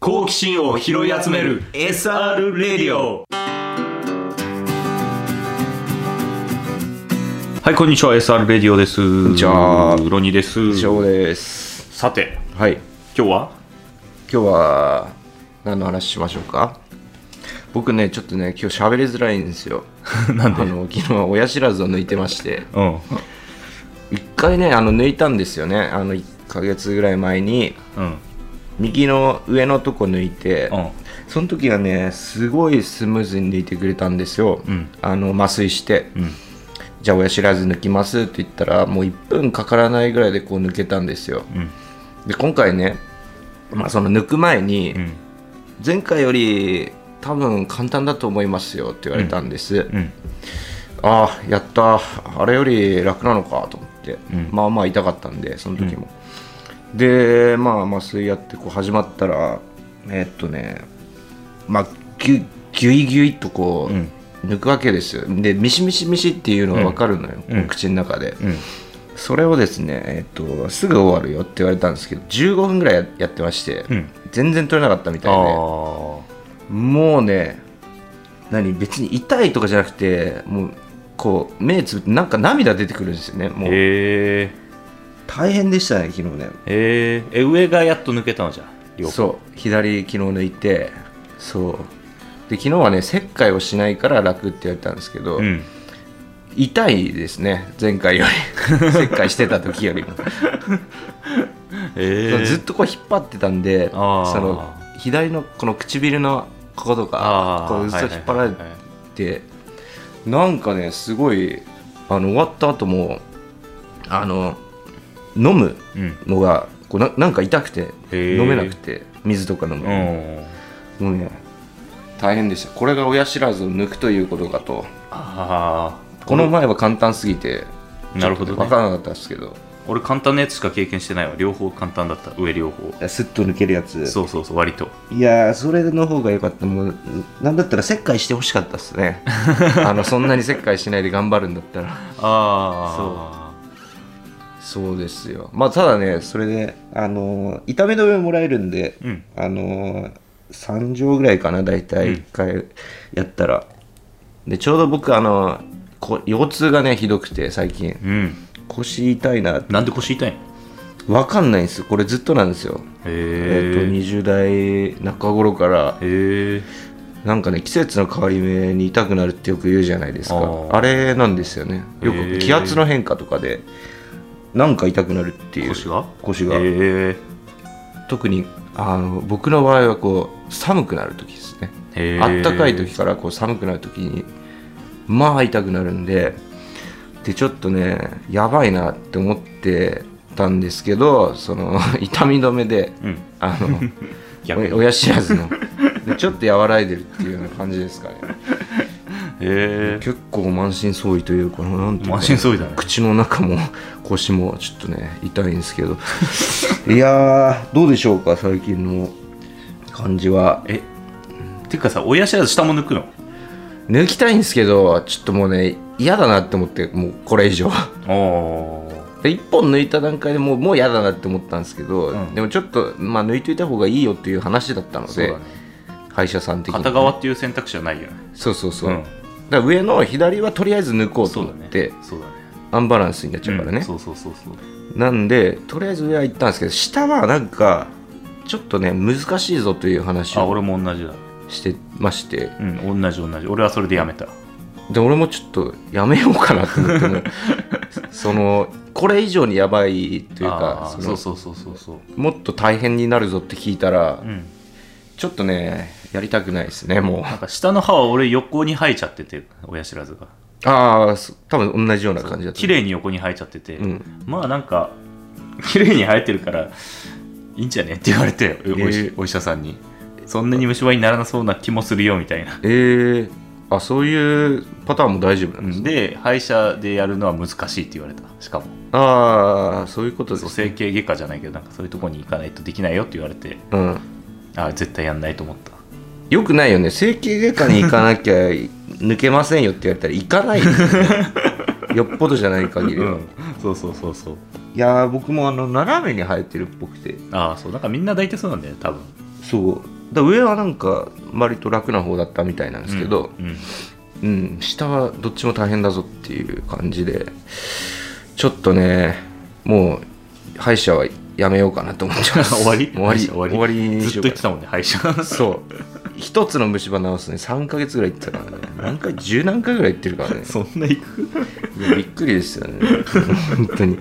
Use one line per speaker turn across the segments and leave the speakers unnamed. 好奇心を拾い集める SR レディオはいこんにちは SR レディオですこん
にちは
ロニーです
以上です
さて
はい
今日は
今日は何の話しましょうか僕ねちょっとね今日喋りづらいんですよ
なんで
あの昨日は親知らずを抜いてまして
うん
一回ねあの抜いたんですよねあの1ヶ月ぐらい前に
うん
右の上のとこ抜いて、
うん
その時はねすごいスムーズに抜いてくれたんですよ、
うん
あの麻酔して、
うん
じゃあ親知らず抜きますって言ったらもう1分かからないぐらいでこう抜けたんですよ
うん
で今回ね、まあ、その抜く前に、
うん
前回より多分簡単だと思いますよって言われたんです、
うん
ああやったあれより楽なのかと思って、
うん
まあまあ痛かったんでその時も、でまあ麻酔やってこう始まったらえーっとねまあギュギュイギュイっとこう、
うん
抜くわけですよでミシミシミシっていうのが分かるのよ、こう
うん
口の中で、
うん
それをですね、えーっとすぐ終わるよって言われたんですけど15分ぐらいややってまして、
うん
全然取れなかったみたいで、
あ
もうね何別に痛いとかじゃなくてもうこう目つぶってなんか涙出てくるんですよね
あ
もう
へえ
大変でしたね昨日ね
えー、え上がやっと抜けたのじゃん両方
そう左昨日抜いてそうで昨日はね切開をしないから楽って言われたんですけど、
うん
痛いですね前回よ り切開してた時よりも、
え
ずっとこう引っ張ってたんでそ
あー
の左のこの唇のこことか
あー
こうずっと引っ張られて
はいはいはいはい
でなんかねすごいあの終わった後もあの飲む
うん
のがこうななんか痛くて
へー
飲めなくて水とか飲む、
うん
もうね大変でしたこれが親知らずを抜くということかと
ああ
この前は簡単すぎて
なるほどね
分からなかったですけど
俺簡単なやつしか経験してないわ両方簡単だった上両方
スッと抜けるやつ
そうそうそう割と
いやーそれの方が良かったもうなんだったら切開してほしかったです ねあのそんなに切開しないで頑張るんだったら
あ
そうですよ。まあ、ただね、それで、あのー痛め止めもらえるんで、
うん
あのー、3錠ぐらいかな、大
うん
体1回やったら。で、ちょうど僕、あのーこ腰痛がね、ひどくて、最近。
ううん
腰痛いなって。
なんで腰痛いの
わかんないんですよ。これずっとなんですよ。えっ、と、
へ
20代中頃から
え、へえ
なんかね、季節の変わり目に痛くなるってよく言うじゃないです
あ
か。
ー
あれなんですよね。よ
へー
く気圧の変化とかで、なんか痛くなるっていう。
腰が
腰が。
へ
特にあの僕の場合はこう寒くなる時ですね
え
あったかい時からこう寒くなる時にまあ痛くなるんででちょっとねやばいなって思ってたんですけどその 痛み止めで
うん
あの
逆に
お親知らずのでちょっと和らいでるっていうような感じですかね
へえ
結構満身創痍というかなんていうか
満身創痍だね
口の中も腰もちょっとね痛いんですけど いやーどうでしょうか最近の感じは
えてかさ親知らず下も抜くの
抜きたいんですけどちょっともうね嫌だなって思ってもうこれ以上
おー
で1本抜いた段階でもうもう嫌だなって思ったんですけど、
うん
でもちょっと、まあ、抜いといた方がいいよっていう話だったの
そう
で、
だね
歯医者さん的に
片側っていう選択肢はないよね
そうそうそう、
うん
だから上の左はとりあえず抜こうと
そう
思
だ
っ
ね
て、
そうだね
アンバランスになっちゃうからね、
うんそうそうそうそう
なんでとりあえず上は行ったんですけど下はなんかちょっとね難しいぞという話
あ
を
俺も同じだ
してまして
うん同じ同じ俺はそれでやめた
で俺もちょっとやめようかなと思っ てもそのこれ以上にやばいという
あ
か
ー
その
そうそうそうそうそう
もっと大変になるぞって聞いたら、
うん
ちょっとねやりたくないですねもう
なんか下の歯は俺横に生えちゃってて親知らずが
ああ多分同じような感じだった
綺麗に横に生えちゃってて、
うん
まあなんか綺麗に生えてるからいいんじゃねって言われてお,、
えー
お医者さんにそんなに虫歯にならなそうな気もするよみたいな、
えー、あそういうパターンも大丈夫
う
なんですね、
んで歯医者でやるのは難しいって言われたしかも
ああそういうことで
そう
すね
整形外科じゃないけどなんかそういうとこに行かないとできないよって言われて
うん
あ絶対やんないと思った
よくないよね整形外科に行かなきゃ抜けませんよって言われたら行かないよ,、 ね、よっぽどじゃない限り
う
は、
んそうそうそうそう
いやー僕もあの斜めに生えてるっぽくて
ああそうなんかみんな大体そうなんだよね多分
そうだ上はなんか割と楽な方だったみたいなんですけど、
うん うん
うん下はどっちも大変だぞっていう感じでちょっとねもう歯医者はやめようかなと思ってま す
終わり
終わり
終わり
終わりにし
ずっと言っ
ようかな
てたもんね歯医者
そう一つの虫歯治すのに3ヶ月ぐらい行ってたからね何回十何回ぐらい行ってるからね
そんな行く
いやびっくりですよね 本当に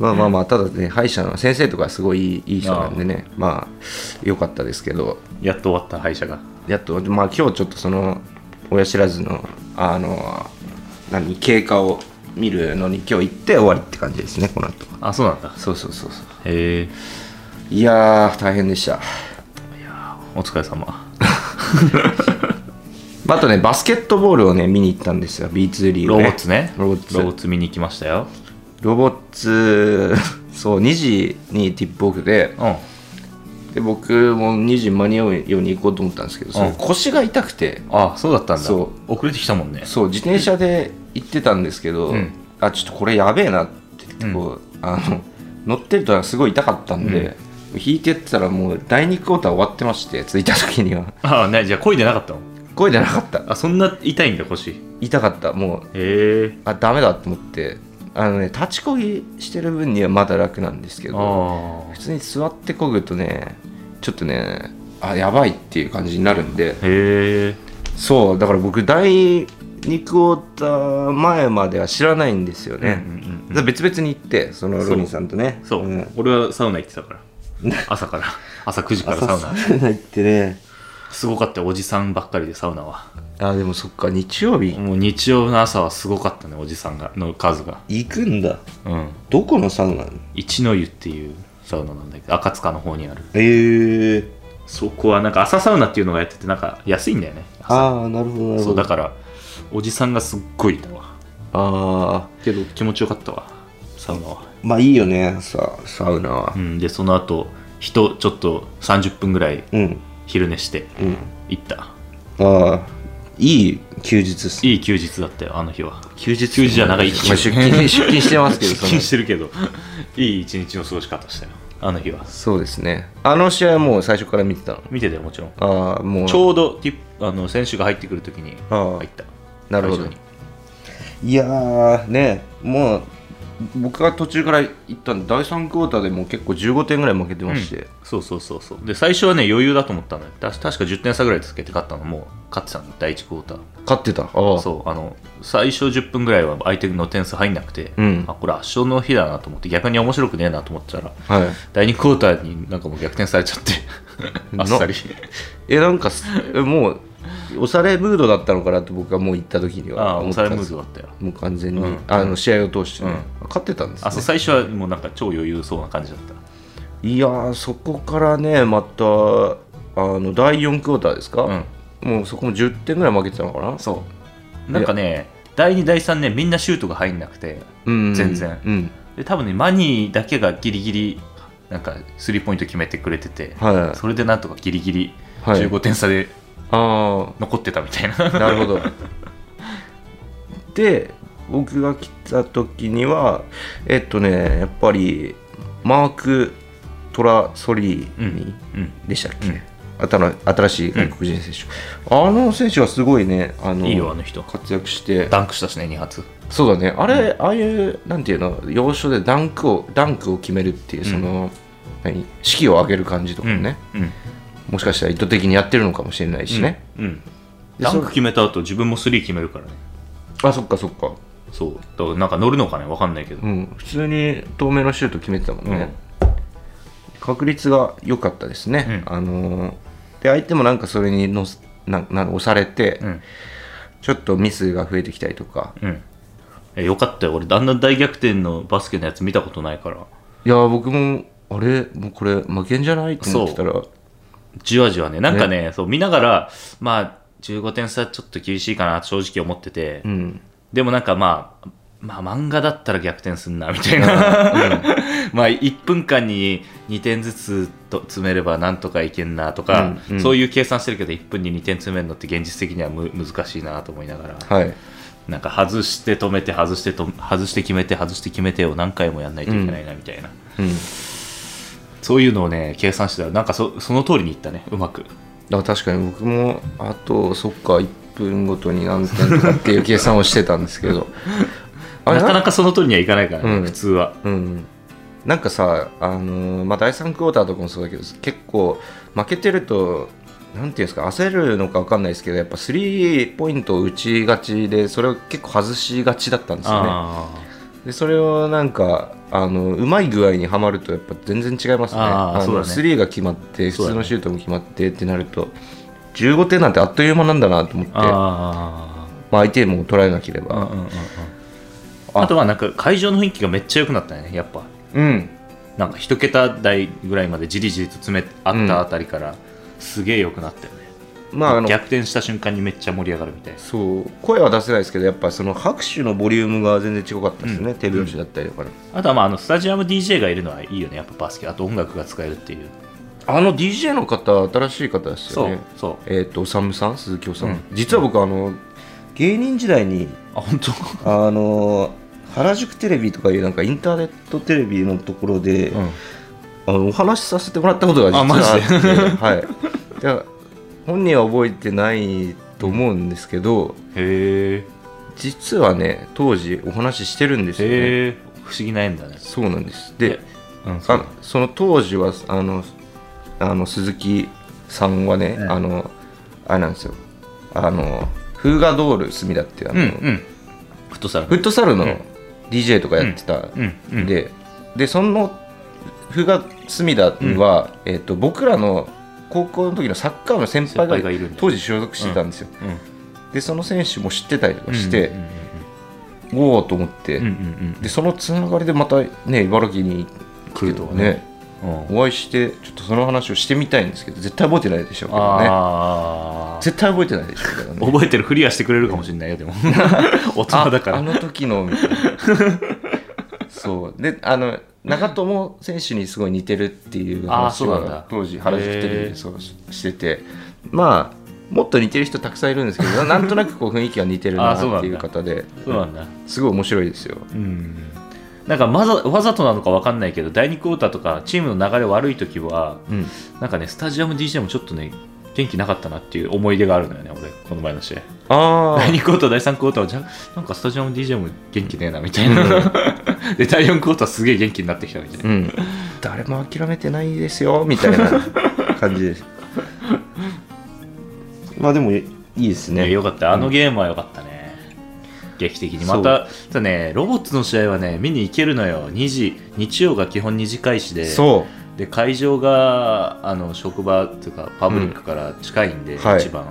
まあまあまあただね歯医者の先生とかすごいいいいい人なんでねまあ良かったですけど
やっと終わった歯医者が
やっとまあ今日ちょっとその親知らずのあの何経過を見るのに今日行って終わりって感じですねこの後は
あそうなんだ
そうそうそうそう
へえ
いやー大変でした
お疲れ様
あとねバスケットボールをね見に行ったんですよ B2 リー
ロ
グ、
ボッ
ね、
ツね
ロボッツ
ロボッツ見に行きましたよ
ロボッツそう2時にティップオフで
うん
で僕も2時に間に合うように行こうと思ったんですけど、その
うん
腰が痛くて
あそうだったんだ
そ
遅れてきたもんね
そう自転車で行ってたんですけど、
うん
あちょっとこれやべえなってこう、あの乗ってるとすごい痛かったんで、引いてったらもう第2クォーター終わってまして着いた時には
ああねじゃあ漕いでなかったの
声じゃなかった
あそんな痛いんだ腰へ
痛かったもう
え
あダメだと思ってあのね立ちこぎしてる分にはまだ楽なんですけど
あ
普通に座ってこぐとねちょっとねあやばいっていう感じになるんで
あへえ
そうだから僕第2クォーター前までは知らないんですよね、
うんうんうん
だから別々に行ってその
そう
ロニーさんとね
そう、
ん
俺はサウナ行ってた から朝から朝9時からサ
朝
ウナ
サウナ行ってね
すごかったよおじさんばっかりでサウナは
あでもそっか日曜日
もう日曜の朝はすごかったねおじさんがの数が
行くんだ
うん
どこのサウナ
一の湯っていうサウナなんだけど赤塚の方にある
ええ
そこはなんか朝サウナっていうのがやっててなんか安いんだよね
ああなるほどなる
そ
ほ
うだ
ど
からおじさんがすっごいいたわ
ああ
けど気持ちよかったわサウナは
まあいいよねさサウナは
うんでその後人ちょっと30分ぐらい
うん
昼寝して
うん
行った
ああいい休日っす
いい休日だったよあの日は
休日
休日じゃ長い
まあ出勤 出勤してますけど
出
その
勤してるけ どいい一日の過ごし方したよあの日は
そうですねあの試合もう最初から見てたの
見てたよもちろん
ああもう
ちょうどティップあの選手が入ってくるときに
ああ
入った
なるほど
会場に
いやーねもう僕が途中から行ったんで第3クォーターでもう結構15点ぐらい負けてまして、
そうそうそうそうで最初はね余裕だと思ったのよた確か10点差ぐらいつけて勝ったのもう勝ってたの第1クォーター
勝ってたああ
そうあの最初10分ぐらいは相手の点数入んなくて、
うん
あこれ圧勝の日だなと思って逆に面白くねえなと思ってたら
はい
第2クォーターになんかもう逆転され ちゃってあっさり
えなんかすえもう押されムードだったのかなと僕はもう行った時に
ああ
は思
押
っ
さ
たん
れ
で
ムー
す
ドだったよ
もう完全に、
うん
あの試合を通してね、
う
勝ってたんです、ね
あ、そう最初はもうなんか超余裕そうな感じだった
いやーそこからねまたあの第4クォーターですか、
うん
もうそこも10点ぐらい負けてたのかな
そうなんかね第2第3ねみんなシュートが入んなくて
うん
全然
うん
で多分ねマニーだけがギリギリなんかスリーポイント決めてくれてて、
はい
それでなんとかギリギリ
はい
15点差で
ああ
残ってたみたいな、
なるほど。で、僕が来た時には、えっとね、やっぱり、マーク・トラ・ソリーニ
うん
でしたっけ、
うん
あたの新しい外国人選手、あの選手はすごいね、あの
いいよあの人
活躍して、
ダンクしたしね2発
そうだね、あれ、ああいう、なんていうの、要所でダンクをダンクを決めるっていう、その、何、士気を上げる感じとかもね、
うん
もしかしたら意図的にやってるのかもしれないしね。
うん
で
ダン
そ
ク決めた後自分もスリー決めるからね
あ、そっかそっか。
そうだからなんか乗るのかねわかんないけど、
うん、普通に透明のシュート決めてたもんね、確率が良かったですね、
う
あのーで相手もなんかそれにのすなな押されて、
うん
ちょっとミスが増えてきたりとか
うんえよかったよ俺あんな大逆転のバスケのやつ見たことないから
いやー僕もあれもうこれ負けんじゃないと思ってたら
じわじわねなんかねそう見ながらまあ15点差ちょっと厳しいかな正直思ってて、
うん
でもなんかまあまあ漫画だったら逆転すんなみたいな、 まあ1分間に2点ずつと詰めればなんとかいけんなとか、
うんうん
そういう計算してるけど1分に2点詰めるのって現実的にはむ難しいなと思いながら
はい
なんか外して止めて外してと外して決めて外して決めてを何回もやんないといけないなみたいな、
うん
そういうのをね計算してたらなんかそその通りにいったねうまく
あ確かに僕もあとそっか1分ごとに何点とかっていう計算をしてたんです けどあれ
なかなかその通りにはいかないからね、
うん
普通は
うん、なんかさ、あのーまあ、第3クォーターとかもそうだけど結構負けてるとなんていうんですか焦るのか分かんないですけどやっぱスリーポイントを打ちがちでそれを結構外しがちだったんですよね
あー
でそれをなんかあのうまい具合にはまるとやっぱ全然違いますね
あー
の
そうだね
スリーが決まって普
そうだね
通のシュートも決まってってなると15点なんてあっという間なんだなと思って
あ
まあ、相手も捉えなけれ
ーうん
ば
うんうんうん
あ
あとはなんか会場の雰囲気がめっちゃ良くなったねやっぱ
うん
なんか一桁台ぐらいまでじりじりと詰めあったあたりから、すげえ良くなったよね、
まああの
逆転した瞬間にめっちゃ盛り上がるみたいです
そう声は出せないですけどやっぱその拍手のボリュームが全然違かったですね、手拍子だったりとかね、
あとはまああのスタジアム DJ がいるのはいいよねやっぱバスケあと音楽が使えるっていう
あの DJ の方新しい方ですよ
そう
ね
そう
えっ、とおさむさん鈴木おさむ、
うん
実は僕あの芸人時代に
あ本当
あの原宿テレビとかいうなんかインターネットテレビのところで、あのお話しさせてもらったことが実はあって
あマジで
はいで本人は覚えてないと思うんですけど
へえ
実はね当時お話ししてるんですよね
へえ不思議な縁だね
そうなんですで
うん
あその当時はあのあの鈴木さんはね、
うん
あのあれなんですよあのフーガドール墨田っていうあ
うん
の、
うんフットサル
フットサルの
うん
DJ とかやってた、
うんうん
ででそのフが隅田には、えっと僕らの高校の時のサッカーの先輩が
先輩がいるんだ
当時所属してたんですよ、でその選手も知ってたりと
う
か
ん
して、おおと思って、
うんうんうん
でそのつながりでまたね茨城に
来るとはね
ね
うん
お会いしてちょっとその話をしてみたいんですけど絶対覚えてないでしょうからね
ああ
絶対覚えてないでしょうからね
覚えてるふりはしてくれるかもしれないよで も大人だか
ああ
ら
の時のみた いなそうであの長友選手にすごい似てるっていう
あー
話
そうなんだ
は当時原宿テレ
へ
ビ
ー
でそうししててまあもっと似てる人たくさんいるんですけどなんとなくこう雰囲気が似てる
あーそう
な
なんだ
っていう方で
そうなんだ
すごい面白いですよ
うんなんかわざわざとなのかわかんないけど第2クォーターとかチームの流れ悪い時は
うん
なんかねスタジアム DJ もちょっとね元気なかったなっていう思い出があるのよね俺この前の試合
あ
第2クォーター第3クォーターはじゃなんかスタジアム DJ も元気ねえなみたいな、 で第4クォーターすげえ元気になってきたみたいな、
うん、誰も諦めてないですよみたい な感じですまあでもいいです
ね、よかったあの
うん
ゲームはよかったね、劇的に
そう
またただねロボッツの試合はね見に行けるのよ2時日曜が基本2時開始で
そ
で会場があの職場っていうかパブリックから近いんで、
うんはい
一番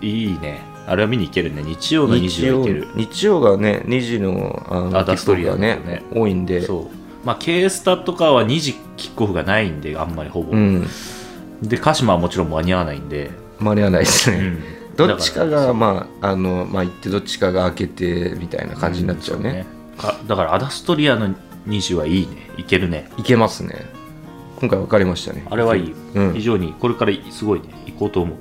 いいねあれは見に行けるね日曜
う
の2時は行ける
日曜がね2時のあの
あダストリア
キックオフがね
だよね
多いんで
そうまあ K スタとかは2時キックオフがないんであんまりほぼ、
うん、
で鹿島はもちろん間に合わないんで、
間に合わないですね、
うん
どっちか
だら
がまああのまあ行ってどっちかが開けてみたいな感じになっちゃうね,、
んそうねかだからアダストリアの2時はいいねいけるね
いけますね今回分かりましたね
あれはいい、
うん
非常にこれからすごいね行こうと思う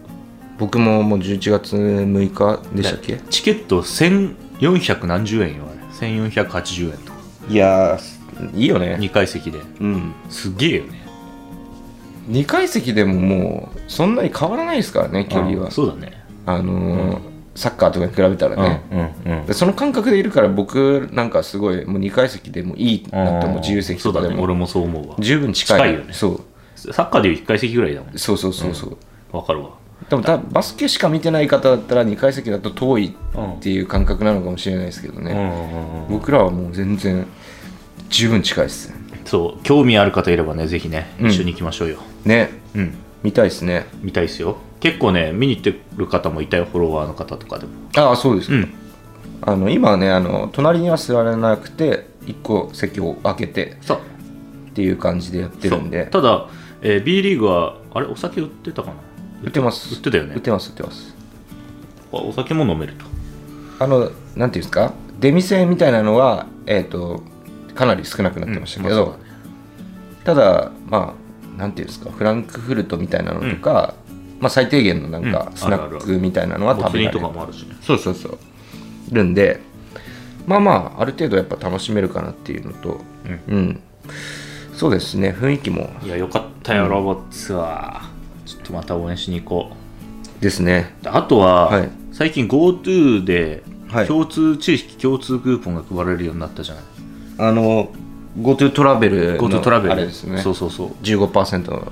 僕ももう11月6日でしたっけ
チケット1400何十円よあれ1480円とか
いやーいいよね
2階席で
うん
すげえよね
2階席でももうそんなに変わらないですからね距離
あ
は
そうだね
あのーサッカーとかに比べたらね、
うんうん
でその感覚でいるから僕なんかすごいもう2階席でもいいなってもう自由席
そ
と
うだ
かで
ね
も
俺もそう思うわ
十分近い
近いよね
そう
サッカーでいう1階席ぐらいだもん
そうそうそうそう、
わかるわ
でもたバスケしか見てない方だったら2階席だと遠い
うん
っていう感覚なのかもしれないですけ
う
ど
んう
ね、
んうん
僕らはもう全然十分近いです
そう興味ある方いればねぜひね
うん
一緒に行きましょうよ
ね
うん
見たいですね
見たいですよ結構ね見に行ってる方もいたよフォロワーの方とかでも
ああそうですか、
うん
あの今はねあの隣には座れなくて1個席を空けて
そう
っていう感じでやってるんで
ただ、えー B リーグはあれお酒売ってたかな
売ってます
売ってたよ
売っ
ね
てます売ってます
あお酒も飲めると
あのなんていうんですか出店みたいなのはえっ、とかなり少なくなってましたけど、
うんまあそう
ただまあなんていうんですかフランクフルトみたいなのとか、まあ最低限のなん
う
か
ん
スナ
ある
ッ
あるあ
クみたいなのは
お
食
釣
べ
り
ら
と
れ
か
る
もあるしね
そうそうそうるんでまあまあある程度やっぱ楽しめるかなっていうのと
う
うん、そうですね雰囲気も
いやよかったよ、ロボッツはちょっとまた応援しに行こ
ですね
うであとは、
はい
最近 GoTo で
はい
共通地域共通クーポンが配られるようになったじゃない
あの GoTo トラベルの
GoTo トラベル
あれですね
そうそうそう
15%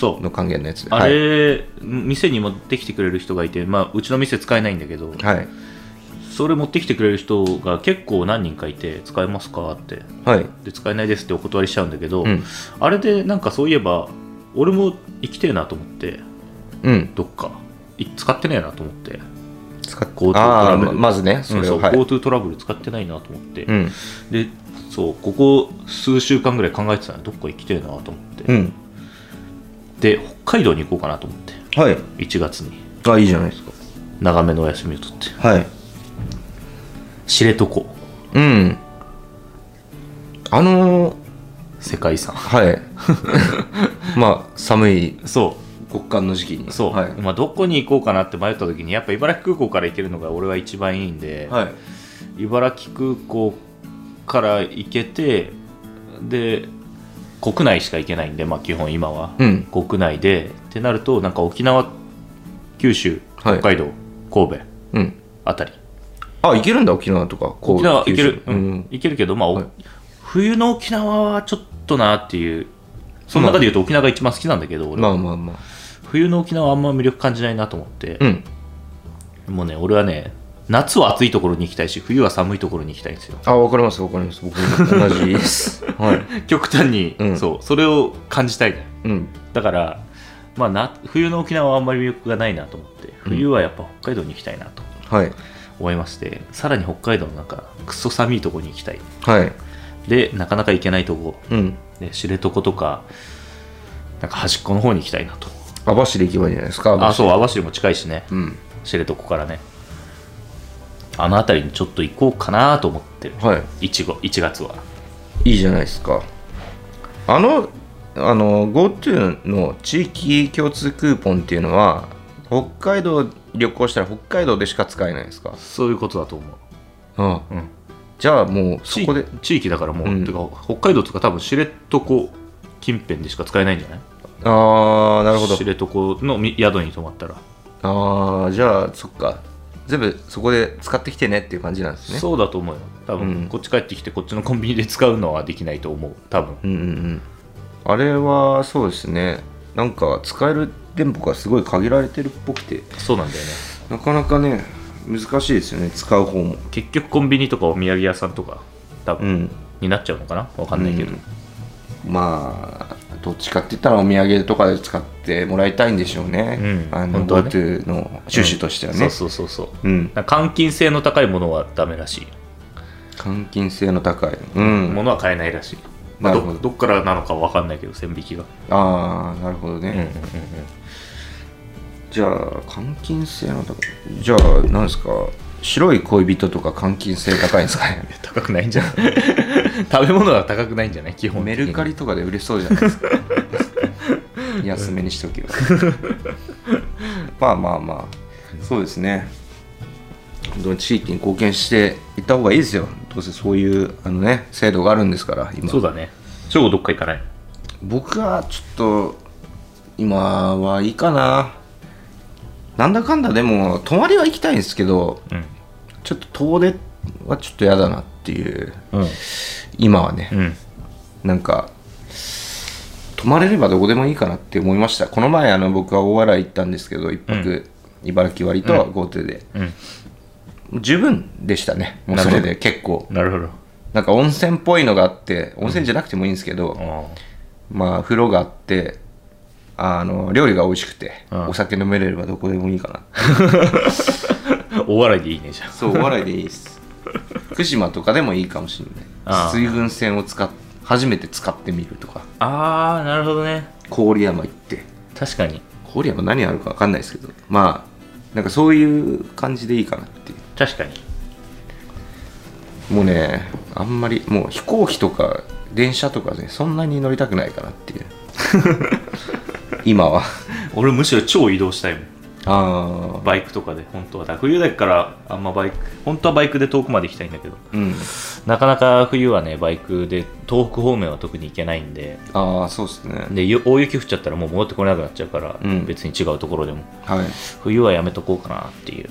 そう
の還元のやつで
あれ、店に持ってきてくれる人がいて、まあ、うちの店使えないんだけど、
はいはい、
それ持ってきてくれる人が結構何人かいて使えますかって
はい
で使えないですってお断りしちゃうんだけど、
うん
あれでなんかそういえば俺も行きてえなと思って
うん、
どっかい使ってねえなと思って
使っ
GoTo ト
あ
ラ
あ
ベ
ま
ル
まずねそれ
う
を、
んそう
はい、
GoTo トラブル使ってないなと思って、
うん、
でそうここ数週間ぐらい考えてたのどっか行きてえなと思って、
うん、
で北海道に行こうかなと思って
はい
1月に
あいいじゃないですか
長めのお休みを取って
はい
知床
うんあのー
世界遺産
はい まあ寒い
そ
極寒の時期に
うそう、
はい、
まあ、どこに行こうかなって迷った時にやっぱ茨城空港から行けるのが俺は一番いいんで、
はい、
茨城空港から行けてで国内しか行けないんで、まあ、基本今は、
うん
国内でってなるとなんか沖縄九州
はい
北海道、神戸
うん
あたり
あ行けるんだ沖縄とかこう
沖縄行ける
九、州
う
うんん、
行けるけど、まあお
はい
冬の沖縄はちょっとなっていうその中で言うと沖縄が一番好きなんだけど俺は
まあまあまあ
冬の沖縄はあんま魅力感じないなと思って
う、ん
もうね俺はね夏は暑いところに行きたいし冬は寒いところに行きたいんですよ
あわかりますわかります僕も同 じですはい、
極端に、
うん
そうそれを感じたいのよ
うん、
だから、まあ、な冬の沖縄はあんまり魅力がないなと思って冬はやっぱ北海道に行きたいなと
はい
思いまして、さらに北海道の中クソ寒いところに行きたい
はい
でなかなか行けないとこ
うん
で知床とかなんか端っこの方に行きたいなと
網走行けばいいんじゃないですか
あそう網走も近いしね
ううん
知床からねあの辺りにちょっと行こうかなと思ってる
はい
1, 1月はい
いじゃないですかあのあの GoTo の地域共通クーポンっていうのは北海道旅行したら北海道でしか使えないですか
そういうことだと思う
ああ、
うん
じゃあもうそ
地
こで
域地域だからもう、
うん
てか北海道とか多分知床近辺でしか使えないんじゃない
ああなるほど
知床のみ宿に泊まったら、
ああじゃあそっか全部そこで使ってきてねっていう感じなんですね
そうだと思うよ多分、
うん
こっち帰ってきてこっちのコンビニで使うのはできないと思う多分
うんうんうんあれはそうですねなんか使える店舗がすごい限られてるっぽくて
そうなんだよね
なかなかね難しいですよね使う方も
結局コンビニとかお土産屋さんとか多
う
分、
ん
になっちゃうのかなわかんないけど、
うんまあどっちかって言ったらお土産とかで使ってもらいたいんでしょうね、
うん
あの
本当はね
GoTo の趣旨としてはね、
そうそうそうそう
うん
なんか換金性の高いものはダメらしい、
換金性の高い、うん、
ものは買えないらしい、まあ、
な
ど
るほど
どっからなのかわかんないけど線引きが、
ああなるほどね、じゃあ換金性の高いじゃあ何ですか白い恋人とか換金性高いんで すかね
高くないんじゃない 食べ物は高くないんじゃない基本的
メ
に
ルカリとかで売れそうじゃな いですか安めにしとけよまあまあまあそうですね本当に地域に貢献していった方がいいですよどうせそういうあのね制度があるんですから今
そうだね省吾どっか行かない
僕はちょっと今はいいかななんだかんだでも泊まりは行きたいんですけど
うん
ちょっと遠出はちょっと嫌だなっていう
うん
今はね、
うん
なんか泊まれればどこでもいいかなって思いましたこの前あの僕は大洗行ったんですけど一泊、茨城割と GoTo で、十分でしたねもうそれで結構
なるほど
なんか温泉っぽいのがあって温泉じゃなくてもいいんですけど、まあ風呂があってあの料理が美味しくて、
うん
お酒飲めれればどこでもいいかな
大笑いでいいねじゃん
そうお笑いでい いです福島とかでもいいかもしれな
あ
い
ー
水軍船を使っ初めて使ってみるとか
ああなるほどね
郡山行って
確かに
郡山何あるか分かんないですけどまあなんかそういう感じでいいかなってい
確かに
うもうねあんまりもう飛行機とか電車とかねそんなに乗りた くないかなっていう今は
俺むしろ超移動したいもん
ああ
バイクとかで本当はだ冬だからあんまバイク本当はバイクで遠くまで行きたいんだけど
うん
なかなか冬はねバイクで東北方面は特に行けないんで
ああそうですね
でよ大雪降っちゃったらもう戻ってこれなくなっちゃうから、
うん
別に違うところでも
はい
冬はやめとこうかなっていう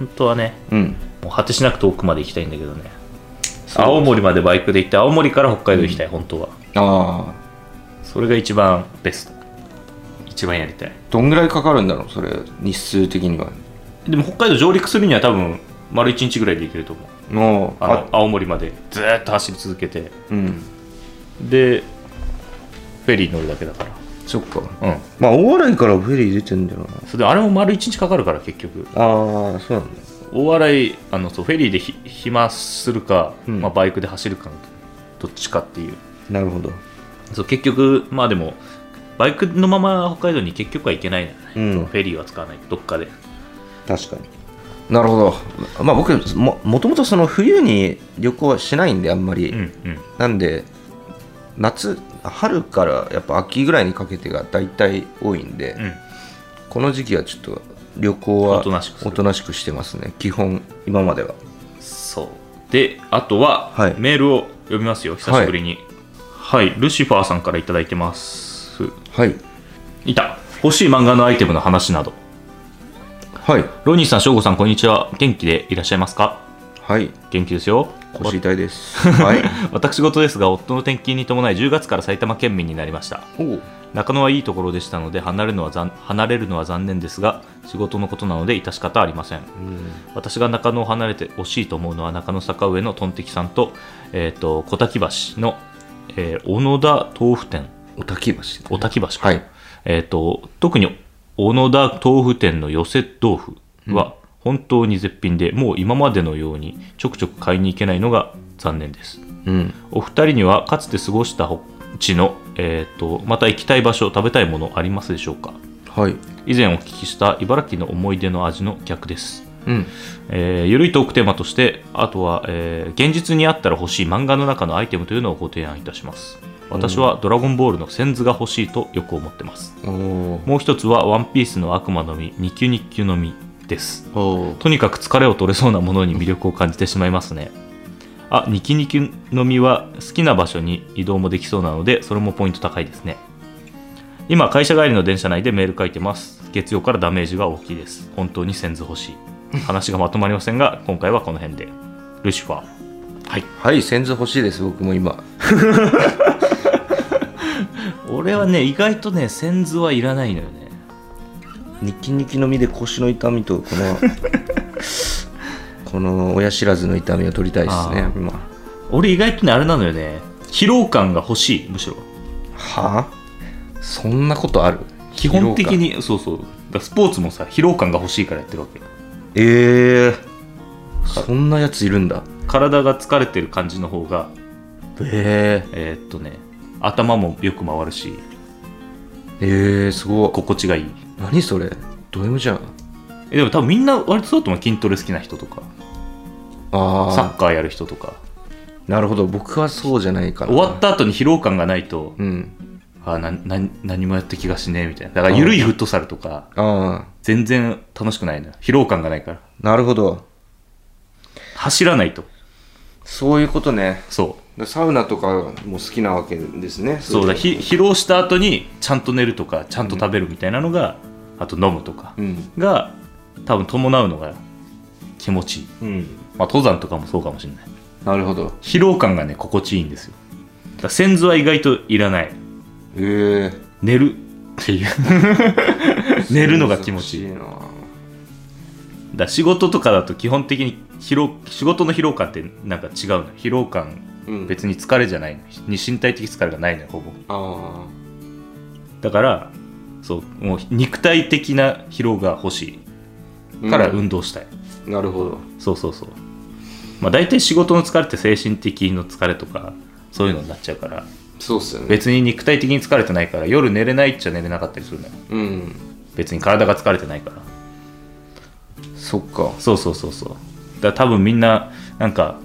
本当はね
うん
もう果てしなく遠くまで行きたいんだけどね
そう
青森までバイクで行って青森から北海道行きたい、本当は
ああ
それが一番ベスト一番やりたい
どんぐらいかかるんだろうそれ日数的には
でも北海道上陸するには多分丸1日ぐらいで行けると思う
もう
あの青森までずーっと走り続けて
うん
でフェリー乗るだけだか
そっから
うん
まあ大洗からフェリー出てんだよな
それであれも丸1日かかるから結局
ああそうなんだ
大洗あのそうフェリーでひ暇するか、
うん
まあ、バイクで走るかのどっちかっていう
なるほど
そう結局まあでもバイクのまま北海道に結局は行けないのよね、
うん
フェリーは使わないどっかで
確かになるほどまあ僕ももともとその冬に旅行はしないんであんまり、
うんうん
なんで夏春からやっぱ秋ぐらいにかけてが大体多いんで、
うん
この時期はちょっと旅行は
おとなしくする
おとなしくしてますね基本今までは
そうであとは、
はい
メールを読みますよ久しぶりにはい、ルシファーさんから頂いただいてます
はい
いた欲しい漫画のアイテムの話など
はい
ロニーさんショーゴさんこんにちは元気でいらっしゃいますか
はい
元気ですよ
腰痛いです はい
私事ですが夫の転勤に伴い10月から埼玉県民になりました
おう
中野はいいところでしたので離れるのは残離れるのは残念ですが仕事のことなので致し方ありません
うん
私が中野を離れて惜しいと思うのは中野坂上のトンテキさんと,、えー、と小滝橋の、えー小野田豆腐店
おたき橋ね
小滝橋か、
はい
えー、と特に小野田豆腐店の寄せ豆腐は本当に絶品で、もう今までのようにちょくちょく買いに行けないのが残念です
うん
お二人にはかつて過ごした地の、えー、とまた行きたい場所食べたいものありますでしょうか
はい
以前お聞きした茨城の思い出の味の逆です
うん
えーゆるいトークテーマとしてあとは、えー現実にあったら欲しい漫画の中のアイテムというのをご提案いたします私は「ドラゴンボール」の線図が欲しいとよく思ってます
おお
もう一つは「ワンピースの悪魔の実2級2級の実です
お
とにかく疲れを取れそうなものに魅力を感じてしまいますねあニキニキの実は好きな場所に移動もできそうなのでそれもポイント高いですね今会社帰りの電車内でメール書いてます月曜からダメージが大きいです本当に先図欲しい話がまとまりませんが今回はこの辺でルシファー
はい先図欲しいです僕も今
俺はね意外とね先図はいらないのよね
ニキニキの実で腰の痛みとこ のこの親知らずの痛みを取りたいです
あ
ね
ー
今
俺意外とねあれなのよね疲労感が欲しいむしろ
はあそんなことある
基本的にそうそうだからスポーツもさ疲労感が欲しいからやってるわけ
ええそんなやついるんだ
体が疲れてる感じの方が
え
えーっとね頭もよく回るし
えええすごい
心地がいい
何それド M じゃん
えでも多分みんな割とそうだと思う筋トレ好きな人とかサ
あ
ッカーやる人とか
あなるほど僕はそうじゃないかな
終わった後に疲労感がないと、
うん
あーなな何もやった気がしねえみたいなだから緩いフットサルとか
ああ
全然楽しくないのよ疲労感がないから
なるほど
走らないと
そういうことね
そ
でサウナとかも好きなわけですね
うそうだ
ひ
ひ疲労した後にちゃんと寝るとかちゃんと食べるみたいなのが、あと飲むとか
うん
が多分伴うのが気持ちいい、
うん
まあ、登山とかもそうかもしれない
なるほど
疲労感がね心地いいんですよだから先頭は意外といらない
ええ
寝るっていう 寝るのが気持ちいいだか
な
ら仕事とかだと基本的に疲労仕事の疲労感ってなんか違うの疲労感
うん
別に疲れじゃないのに身体的疲れがないのよほぼ
あ
だからそうもう肉体的な疲労が欲し
あ
いから運動したい、
なるほど
そうそうそうまあ大体仕事の疲れって精神的の疲れとかそういうのになっちゃうから
そうっすよね
別に肉体的に疲れてないから夜寝れないっちゃ寝れなかったりするのよ
うん
別に体が疲れてないから
そっか
そうそうそうそうだから多分みんななんか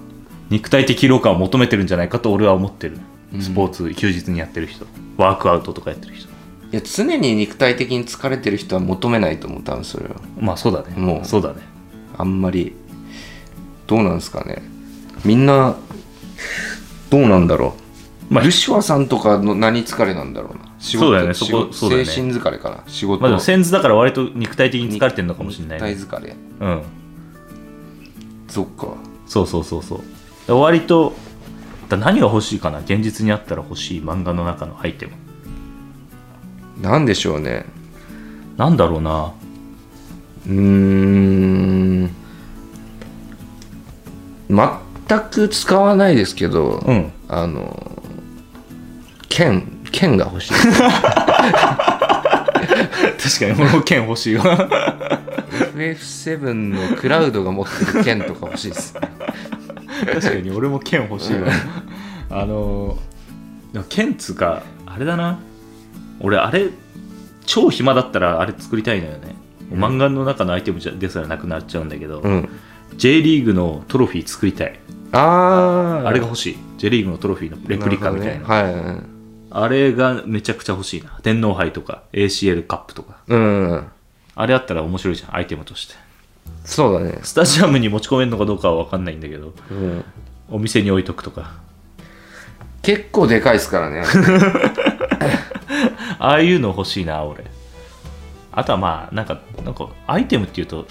肉体的疲労感を求めてるんじゃないかと俺は思ってるスポーツ休日にやってる人ワークアウトとかやってる人
いや常に肉体的に疲れてる人は求めないと思う多分それは
まあそうだね
もう
そうだね
あんまりどうなんですかねみんなどうなんだろう、
まあ
ルシファーさんとかの何疲れなんだろうな仕
そうだよねそこ
仕事
そうだよね
精神疲れかな仕事
まあでも先頭だから割と肉体的に疲れてるのかもしれないね、
肉体疲れ
うん
そっか
そうそうそうそうだから割とだから何が欲しいかな現実にあったら欲しい漫画の中のアイテム
なんでしょうね
なんだろうな
うーん全く使わないですけど、
うん
あの剣剣が欲しい
確かに俺も剣欲しいわ
FF7 のクラウドが持ってる剣とか欲しいですね
確かに俺も剣欲しいわ あのーでも剣っつうかあれだな俺あれ超暇だったらあれ作りたいのよね
うん
漫画の中のアイテムじゃですらなくなっちゃうんだけど、
うん
J リーグのトロフィー作りたい
あー
あれが欲しい J リーグのトロフィーのレプリカみたいな
るほどね、はい
あれがめちゃくちゃ欲しいな天皇杯とか ACL カップとか
うん
あれあったら面白いじゃんアイテムとして
そうだね、
スタジアムに持ち込めるのかどうかは分かんないんだけど
うん、
お店に置いとくとか
結構でかいですからね
ああいうの欲しいな俺あとはまあなんかなんかアイテムっていうと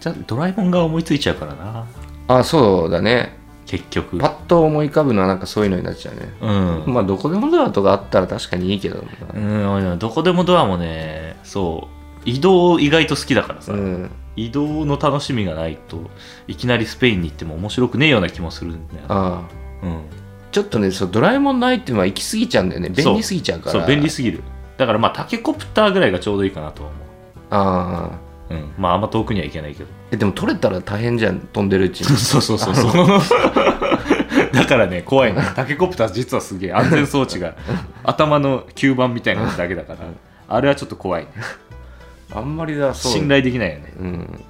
じゃドラえもんが思いついちゃうからな
あそうだね
結局
パッと思い浮かぶのはなんかそういうのになっちゃうね
うん、
まあどこでもドアとかあったら確かにいいけどな
うん、どこでもドアもねそう移動意外と好きだからさ、
うん
移動の楽しみがないといきなりスペインに行っても面白くねえような気もするんだよな、
ああ
うん、
ちょっとねそうドラえもんのアイテムは行き過ぎちゃうんだよね便利すぎちゃうか
そ
ら
う便利すぎるだからまあタケコプターぐらいがちょうどいいかなとは思
ああ
う、うん、まああんま遠くには行けないけど
えでも取れたら大変じゃん飛んでるうちに
そうそうそうそう だからね怖いねタケコプター実はすげえ安全装置 が頭の吸盤みたいなのだけだからあれはちょっと怖い、ね、
あんまりだそう
信頼できないよね
うん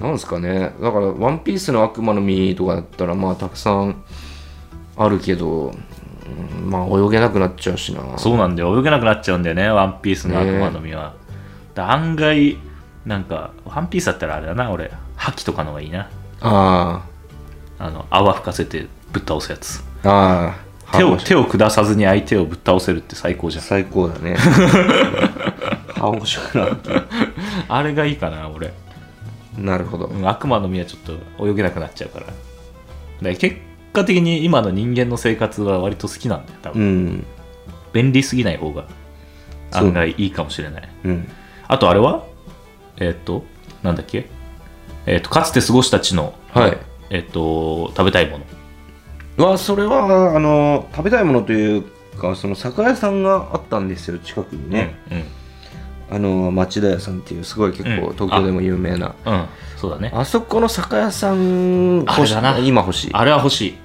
なんですかねだから「ワンピースの悪魔の実とかだったらまあたくさんあるけど、うんまあ泳げなくなっちゃうしな
そうなんだよ泳げなくなっちゃうんだよねワンピースの悪魔の実は、だから案外なんかワンピースだったらあれだな俺覇気とかの方がいいな
あ
あの泡吹かせてぶっ倒すやつ
あああ
手を
手
手を下さずに相手をぶっ倒せるって最高じゃん
最高だね あ面白い
あれがいいかな俺、
ななるほど
うん悪魔の実はちょっと泳げなくなっちゃうからで結果的に今の人間の生活は割と好きなんだよ多
う
分、
ん
便利すぎない方が
そう
案外いいかもしれない
うん
あとあれはえーっとなんだっけえーっとかつて過ごした地の
はい
えーっと食べたいもの
わそれはあの食べたいものというかその酒屋さんがあったんですよ近くにね、
うん
あの町田屋さんっていうすごい
う
結構
ん
東京でも有名な、
うん、うん、そうだね
あそこの酒屋さん
あれだな
欲しい今欲しい
あれは欲しい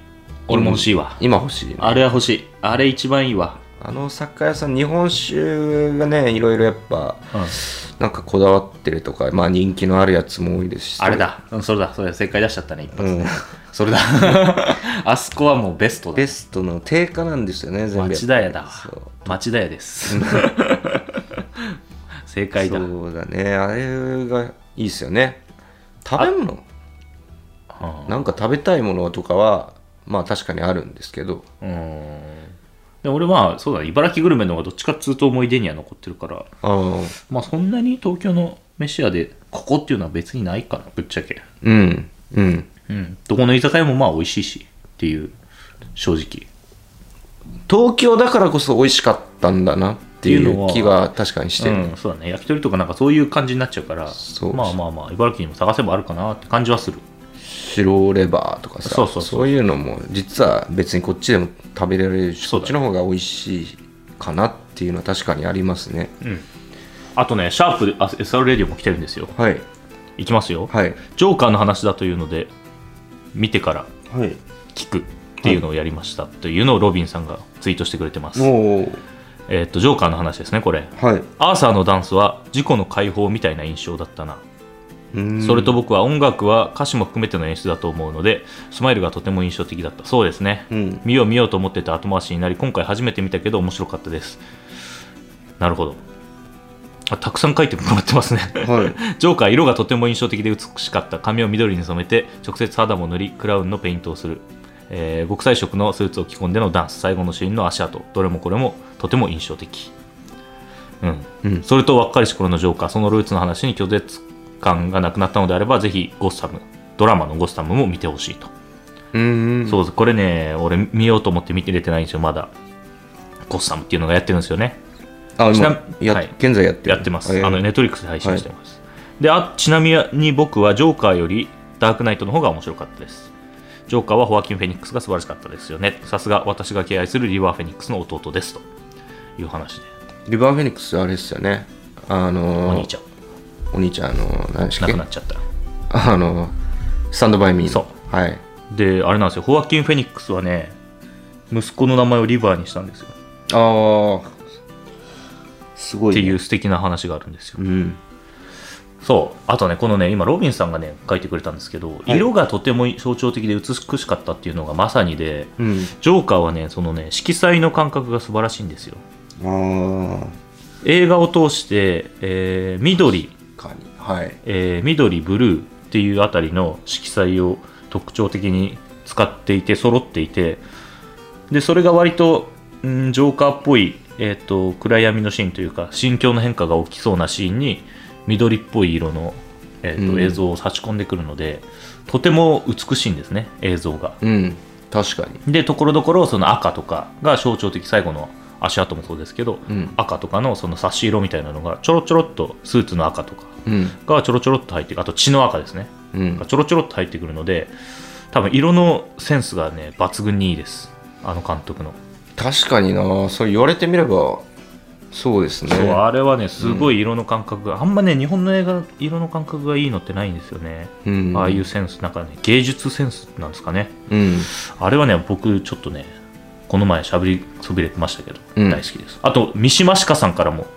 俺も欲しいわ、
今欲しいね、
あれは欲しいあれ一番いいわ
あの酒屋さん日本酒がねいろいろやっぱ
うん
なんかこだわってるとかまあ人気のあるやつも多いですし
あれだ、うん、それだ、それ正解出しちゃったね、一発。
うん
それだ、 あそこはもうベストだ
ベ。ストの定価なんですよね全部
町田屋だわ
そう。
町田屋 です。正解だ。
そうだねあれがいいですよね食べ物
うん
なんか食べたいものとかはまあ確かにあるんですけど
うんで俺は、そうだ、茨城グルメの方がどっちかっつうと思い出には残ってるから、
ああ
まあそんなに東京の飯屋で、ここっていうのは別にないかな、ぶっちゃけ。
うんうん
うん。どこの居酒屋もまあ美味しいし、っていう、正直。
東京だからこそ美味しかったんだなってい
っていうの
う
は
気が確かにしてる、
うん、そうだね焼き鳥とかなんかそういう感じになっちゃうから
そう
まあまあまあ茨城にも探せばあるかなって感じはする
白レバーとかさ
そうそうそう
いうのも実は別にこっちでも食べられるし
そ
こ
う
っ
だ
ち
ね
の方が美味しいかなっていうのは確かにありますね
あとね、シャープであ SR レディオも来てるんですよ。
はい
いきますよ。
はい
ジョーカーの話だというので、見てから
はい
聞くっていうのをやりましたというのをロビンさんがツイートしてくれてます。
おお
えーっと、ジョーカーの話ですね、これ。
はい
アーサーのダンスは事故の解放みたいな印象だったな。
うーん
それと僕は音楽は歌詞も含めての演出だと思うので、スマイルがとても印象的だった。そうですね。
うん
見よう見ようと思ってた後回しになり今回初めて見たけど面白かったですなるほどあたくさん書いてもらってますね
は い
ジョーカー色がとても印象的で美しかった髪を緑に染めて直接肌も塗りクラウンのペイントをする、えー極彩色のスーツを着込んでのダンス最後のシーンの足跡どれもこれもとても印象的うん
うん
それと若かりし頃のジョーカーそのルーツの話に拒絶感がなくなったのであればぜひゴッサムドラマのゴッサムも見てほしいと、
うーん
そうですこれね俺見ようと思って見てれてないんですよまだゴッサムっていうのがやってるんですよね
あ
ちな
今や、
はい
現在やってる
やってます、
えー
あのネットリックスで配信してます、であちなみに僕はジョーカーよりダークナイトの方が面白かったですジョーカーはホアキン・フェニックスが素晴らしかったですよねさすが私が敬愛するリバー・フェニックスの弟ですという話で
リバーフェニックスあれですよねあの
お兄ちゃん
お兄ちゃんあの何でした
亡
っ
く
け
なっちゃった
あのスタンドバイミーの
そう
はい
であれなんですよホアキン・フェニックスはね息子の名前をリバーにしたんですよ
ああすご
っ
い、
て
ね、
いうう素敵な話があるんですよ
ん
そうあとねこのね今ロビンさんがね書いてくれたんですけど、
い
色がとても象徴的で美しかったっていうのがまさにで
うん
ジョーカーはねそのね色彩の感覚が素晴らしいんですよ
あ
映画を通して、えー緑、
あかにはい
えー緑ブルーっていうあたりの色彩を特徴的に使っていて揃っていてでそれが割と、うんジョーカーっぽい、えー、と暗闇のシーンというか心境の変化が起きそうなシーンに緑っぽい色の、えーと
うん
映像を差し込んでくるので、とても美しいんですね映像が。
うん確かに
でところどころその赤とかが象徴的最後の足跡もそうですけど、
うん
赤とかのその差し色みたいなのがちょろちょろっとスーツの赤とか
うん
がちょろちょろっと入ってくるあと血の赤ですね
うん
がちょろちょろっと入ってくるので多分色のセンスがね抜群にいいですあの監督の、
確かになそう言われてみればそうですね
そうあれはねすごい色の感覚が、あんまね日本の映画色の感覚がいいのってないんですよね、
うん、
ああいうセンスなんかね芸術センスなんですかね
うん
あれはね、僕、ちょっとね、この前しゃべりそびれてましたけど、
うん
大好きです。あと、三島しかさんからも、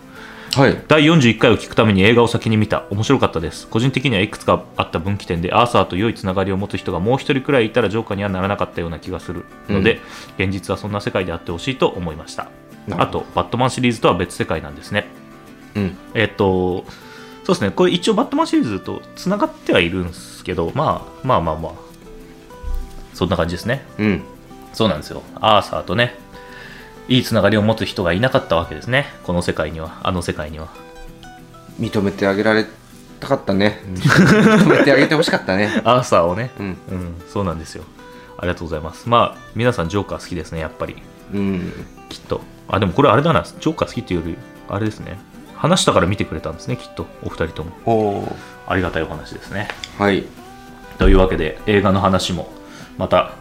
はい
第41回を聞くために映画を先に見た、面白かったです。個人的にはいくつかあった分岐点で、アーサーと良いつながりを持つ人がもう一人くらいいたら、ジョーカーにはならなかったような気がするので、現実はそんな世界であってほしいと思いました。
なる
あ
ほ
と、バットマンシリーズとは別世界なんですね。
うん
えっと、そうですね、これ一応、バットマンシリーズとつながってはいるんですけど、まあ、まあまあまあ、そんな感じですね。
うん
そうなんですよ。アーサーとね、いいつながりを持つ人がいなかったわけですね。この世界には、あの世界には。
認めてあげられたかったね認めてあげてほしかったね
アーサーをね、
うん
うん、そうなんですよ。ありがとうございます。まあ、皆さん、ジョーカー好きですね、やっぱり。
うん
きっと。あ、でもこれあれだな、ジョーカー好きっていうより、あれですね。話したから見てくれたんですね、きっと、お二人とも。
おー
ありがたいお話ですね。
はい
というわけで、映画の話も、また、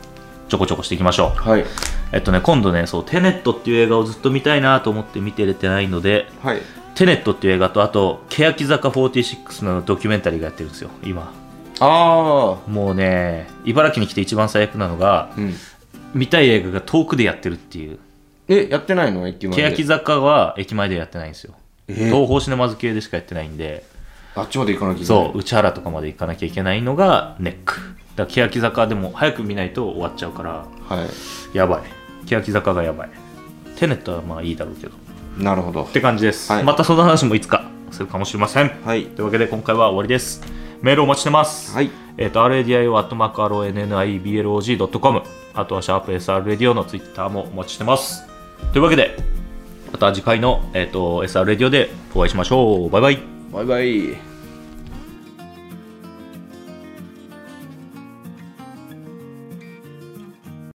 ちょこちょこしていきましょう。
はい
えっとね、今度ね、そう、テネットっていう映画をずっと見たいなと思って見てれてないので、
はい
テネットっていう映画とあと欅坂46のドキュメンタリーがやってるんですよ今
あ
もうね茨城に来て一番最悪なのが
あうん
見たい映画が遠くでやってるっていう
えやってないの駅前で
欅坂は駅前でやってないんですよ、
えー
東宝シネマズ系でしかやってないんで
あっちまで行かなきゃいけない
そう内原とかまで行かなきゃいけないのがネックだから欅坂でも早く見ないと終わっちゃうから
はい
やばい欅坂がやばいテネットはまあいいだろうけどっ
なるほど
て感じです、
はい
またその話もいつかするかもしれません
はい
というわけで今回は終わりですメールお待ちしてます、
はい
えっ、と RADIO.RONNIBLOG.com あとはシャープ SRRadio のツイッターもお待ちしてますというわけでまた次回の、えっと SRRadio でお会いしましょうバイバイ
バイバイ